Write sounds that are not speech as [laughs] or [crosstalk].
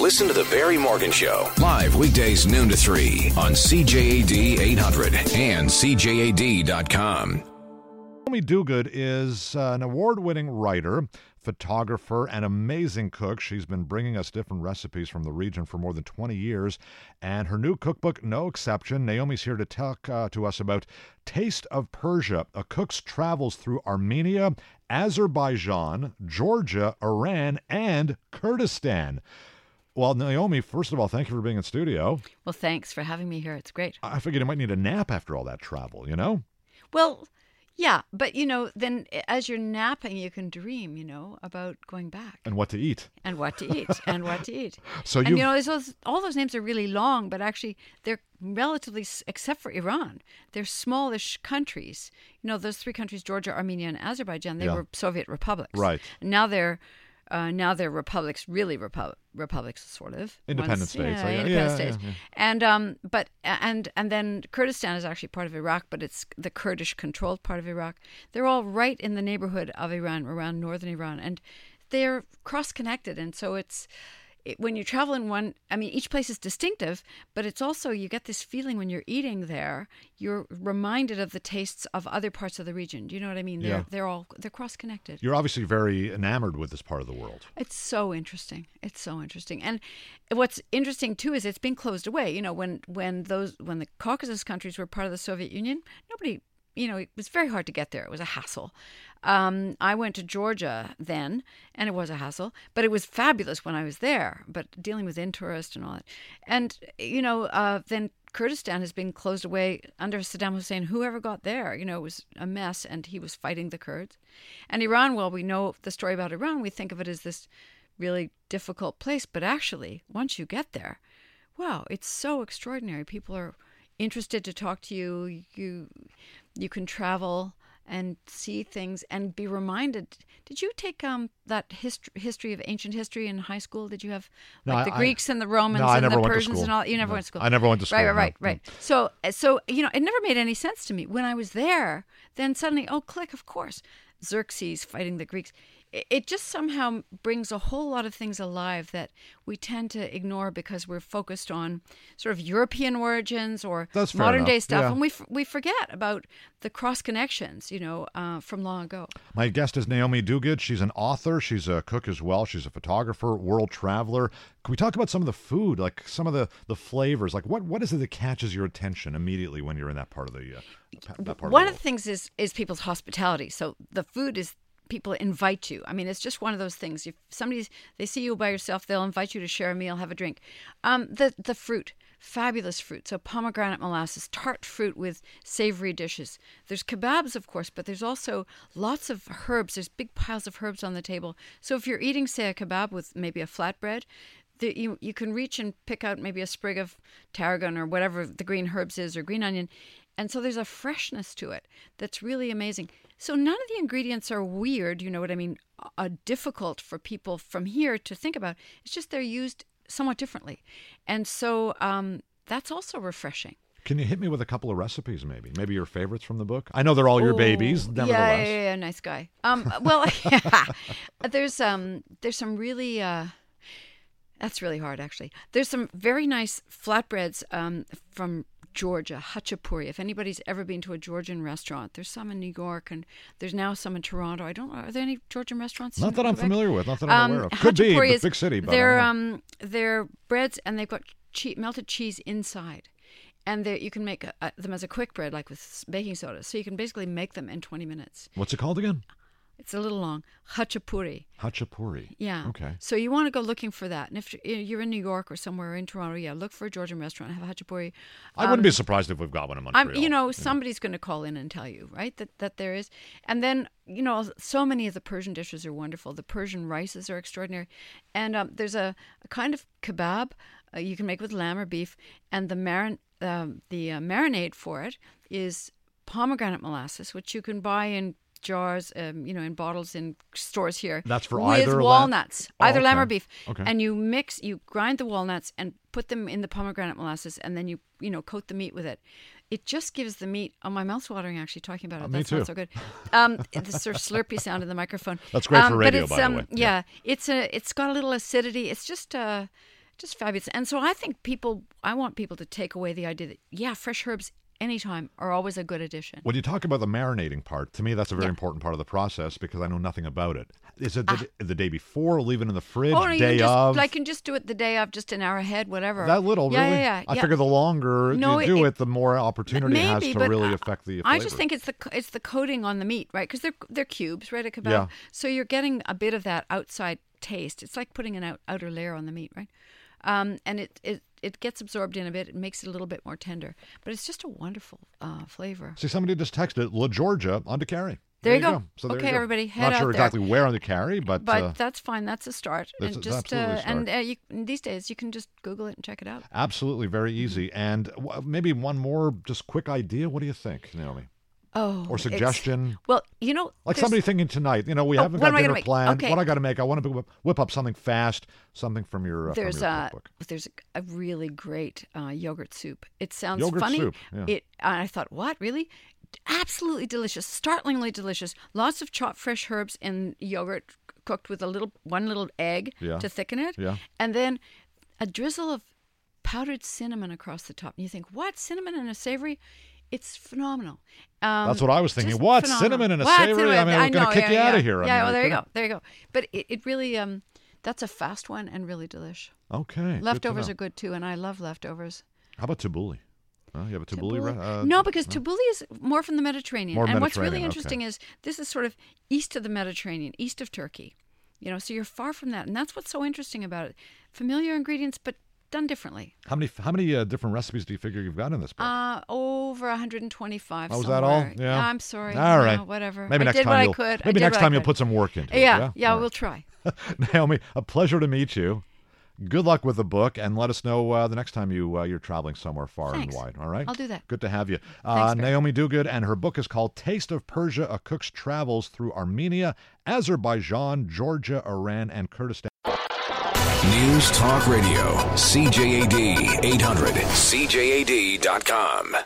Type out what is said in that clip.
Listen to The Barry Morgan Show. Live weekdays noon to 3 on CJAD 800 and CJAD.com. Naomi Duguid is uh, an award winning writer, photographer, and amazing cook. She's been bringing us different recipes from the region for more than 20 years, and her new cookbook, no exception. Naomi's here to talk uh, to us about Taste of Persia, a cook's travels through Armenia, Azerbaijan, Georgia, Iran, and Kurdistan. Well, Naomi, first of all, thank you for being in studio. Well, thanks for having me here. It's great. I figured I might need a nap after all that travel, you know? Well, yeah, but you know, then eh, as you're napping, you can dream, you know, about going back And what to eat. and what to eat and what to eat. [laughs] So and you- you know, it's those, all those names are really long, but actually they're relatively, s- except for Iran, they're smallish countries. You know, those three countries, Georgia, Armenia, and Azerbaijan, they Yeah. were Soviet republics. Right. Now they're. Uh, now they're republics, really repu- republics, sort of Independent Once- states, Yeah, I- yeah, independent yeah, states. yeah, yeah. And um, but and and then Kurdistan is actually part of Iraq, but it's the Kurdish-controlled part of Iraq. They're all right in the neighborhood of Iran, around northern Iran, and they're cross-connected. And so it's it, when you travel in one. I mean, each place is distinctive, but it's also you get this feeling when you're eating there, you're reminded of the tastes of other parts of the region. Do you know what I mean? They're Yeah. they're all they're cross-connected. You're obviously very enamored with this part of the world. It's so interesting. It's so interesting. And what's interesting too is it's been closed away. You know, when when those when the Caucasus countries were part of the Soviet Union, nobody, you know, it was very hard to get there. It was a hassle. Um, I went to Georgia then, and it was a hassle, but it was fabulous when I was there. But dealing with interest and all that, and you know, uh, then Kurdistan has been closed away under Saddam Hussein. Whoever got there, you know, it was a mess, and he was fighting the Kurds. And Iran, well, we know the story about Iran. We think of it as this really difficult place, but actually, once you get there, wow, it's so extraordinary. People are interested to talk to you. You, you can travel and see things and be reminded. Did you take um that hist- history of ancient history in high school? Did you have No, like I- the I- Greeks and the Romans No, I and never the went to Persians school. and all? You never No, went to school. I never went to Right, school, right, right, no. right. So, so you know, it never made any sense to me. When I was there, then suddenly, oh, click, of course, Xerxes fighting the Greeks. It, it just somehow brings a whole lot of things alive that we tend to ignore because we're focused on sort of European origins or That's fair modern day enough, stuff, yeah. and we f- we forget about the cross connections, you know, uh, from long ago. My guest is Naomi Duguid. She's an author. She's a cook as well. She's a photographer, world traveler. Can we talk about some of the food, like some of the, the flavors? Like what, what is it that catches your attention immediately when you're in that part of the uh, pa- that part one of of the the things is is people's hospitality so the food is people invite you i mean it's just one of those things if somebody's they see you by yourself they'll invite you to share a meal have a drink um, the the fruit fabulous fruit so pomegranate molasses tart fruit with savory dishes there's kebabs of course but there's also lots of herbs there's big piles of herbs on the table so if you're eating say a kebab with maybe a flatbread the, you you can reach and pick out maybe a sprig of tarragon or whatever the green herbs is or green onion, and so there's a freshness to it that's really amazing. So none of the ingredients are weird, you know what I mean? Uh, difficult for people from here to think about. It's just they're used somewhat differently, and so um, that's also refreshing. Can you hit me with a couple of recipes, maybe? Maybe your favorites from the book? I know they're all your Ooh, babies, yeah, nevertheless. Yeah, yeah, yeah, nice guy. Um, well, [laughs] yeah. there's um, there's some really. Uh, that's really hard, actually. There's some very nice flatbreads um, from Georgia, Hachapuri. If anybody's ever been to a Georgian restaurant, there's some in New York, and there's now some in Toronto. I don't. Are there any Georgian restaurants? in Not that I'm Quebec? familiar with, not that I'm Um, aware of. Could be, Hachapuri but is- big city. But I they're don't know. um, they're breads, and they've got che- melted cheese inside, and they- you can make uh them as a quick bread, like with s- baking soda. So you can basically make them in 20 minutes. What's it called again? It's a little long. Hachapuri. Hachapuri. Yeah. Okay. So you want to go looking for that, and if you're in New York or somewhere in Toronto, yeah, look for a Georgian restaurant have hachapuri. I wouldn't be surprised if we've got one in Montreal. um, I'm, you know, somebody's going to call in and tell you, right? That that there is, and then you know, so many of the Persian dishes are wonderful. The Persian rices are extraordinary, and um, there's a, a kind of kebab uh, you can make with lamb or beef, and the marin um, the uh, marinade for it is pomegranate molasses, which you can buy in jars, um, you know, in bottles in stores here. That's for with either lamb- walnuts, Oh, either lamb or okay. beef, Okay. and you mix you grind the walnuts and put them in the pomegranate molasses and then you you know coat the meat with it it just gives the meat oh my mouth's watering actually talking about it Oh, me that's too. not so good um [laughs] the sort of slurpy sound in the microphone Um, That's great for but radio, it's, by the um, way. yeah, it's a it's got a little acidity it's just uh just fabulous. And so I think people, I want people to take away the idea that, yeah, fresh herbs anytime are always a good addition. When you talk about the marinating part, to me that's a very Yeah. important part of the process because I know nothing about it. Is it the, the day before, leave it in the fridge, no, you day can just, of? I can just do it the day of, just an hour ahead, whatever. that little, yeah, really? Yeah, yeah, I yeah. figure the longer No, you it- do it, it- the more opportunity it has Maybe, to but really I- affect the I just flavor. think it's the co- it's the coating on the meat, right? Because they're they're cubes, right? A kebab. Yeah. So you're getting a bit of that outside taste. It's like putting an out, outer layer on the meat, right? Um, and it, it it gets absorbed in a bit. It makes it a little bit more tender, but it's just a wonderful uh, flavor. See, somebody just texted La Georgia on DeCarry. There you you go. So there you Okay, go. everybody, Not head sure out there. exactly where on DeCarry, but, But uh, that's fine. That's a start. that's- and it's just absolutely a uh, and start. uh, you, these days you can just Google it and check it out. absolutely very easy. And w- maybe one more just quick idea. What do you think, Naomi? Oh, Or it's- suggestion? Well, you know, Like there's- somebody thinking tonight, you know, we Oh, haven't what got am I gonna dinner make? planned. Okay. What I got to make? I want to whip, whip up something fast, something from your uh, there's from your a cookbook. there's a really great uh, yogurt soup. It sounds Yogurt funny. soup, yeah. It I thought, what really? Absolutely delicious, startlingly delicious. Lots of chopped fresh herbs and yogurt c- cooked with a little one little egg Yeah. to thicken it, Yeah. and then a drizzle of powdered cinnamon across the top. And you think, what cinnamon and a savory? It's phenomenal. Um, That's what I was thinking. just What phenomenal. cinnamon and a What savory? cinnamon? I mean, we're gonna know, kick yeah, you yeah. outta here. I Yeah, mean, well, I there you go, couldn't- there you go. But it, it really um, that's a fast one and really delish. Okay. good to Leftovers know. are good too, and I love leftovers. How about tabbouleh? Huh? you have a tabbouleh? re- Uh, no, because tabbouleh is more from the Mediterranean. More and what's really Mediterranean, okay. interesting is this is sort of east of the Mediterranean, east of Turkey. You know, so you're far from that, and that's what's so interesting about it. Familiar ingredients, but done differently. How many how many uh, different recipes do you figure you've got in this book? Uh, over 125. Oh, was that all? somewhere. Yeah. I'm sorry. All Yeah, right. whatever. Maybe I next did time what you'll, I could. I Maybe did next what I time you'll could. put some work into Yeah, it. yeah, All we'll try. right. [laughs] Naomi, a pleasure to meet you. Good luck with the book, and let us know uh, the next time you uh, you're traveling somewhere far Thanks. and wide. All right, I'll do that. Good to have you, uh, Barry. Naomi Duguid, and her book is called "Taste of Persia: A Cook's Travels Through Armenia, Azerbaijan, Georgia, Iran, and Kurdistan." News Talk Radio, CJAD 800, CJAD.com.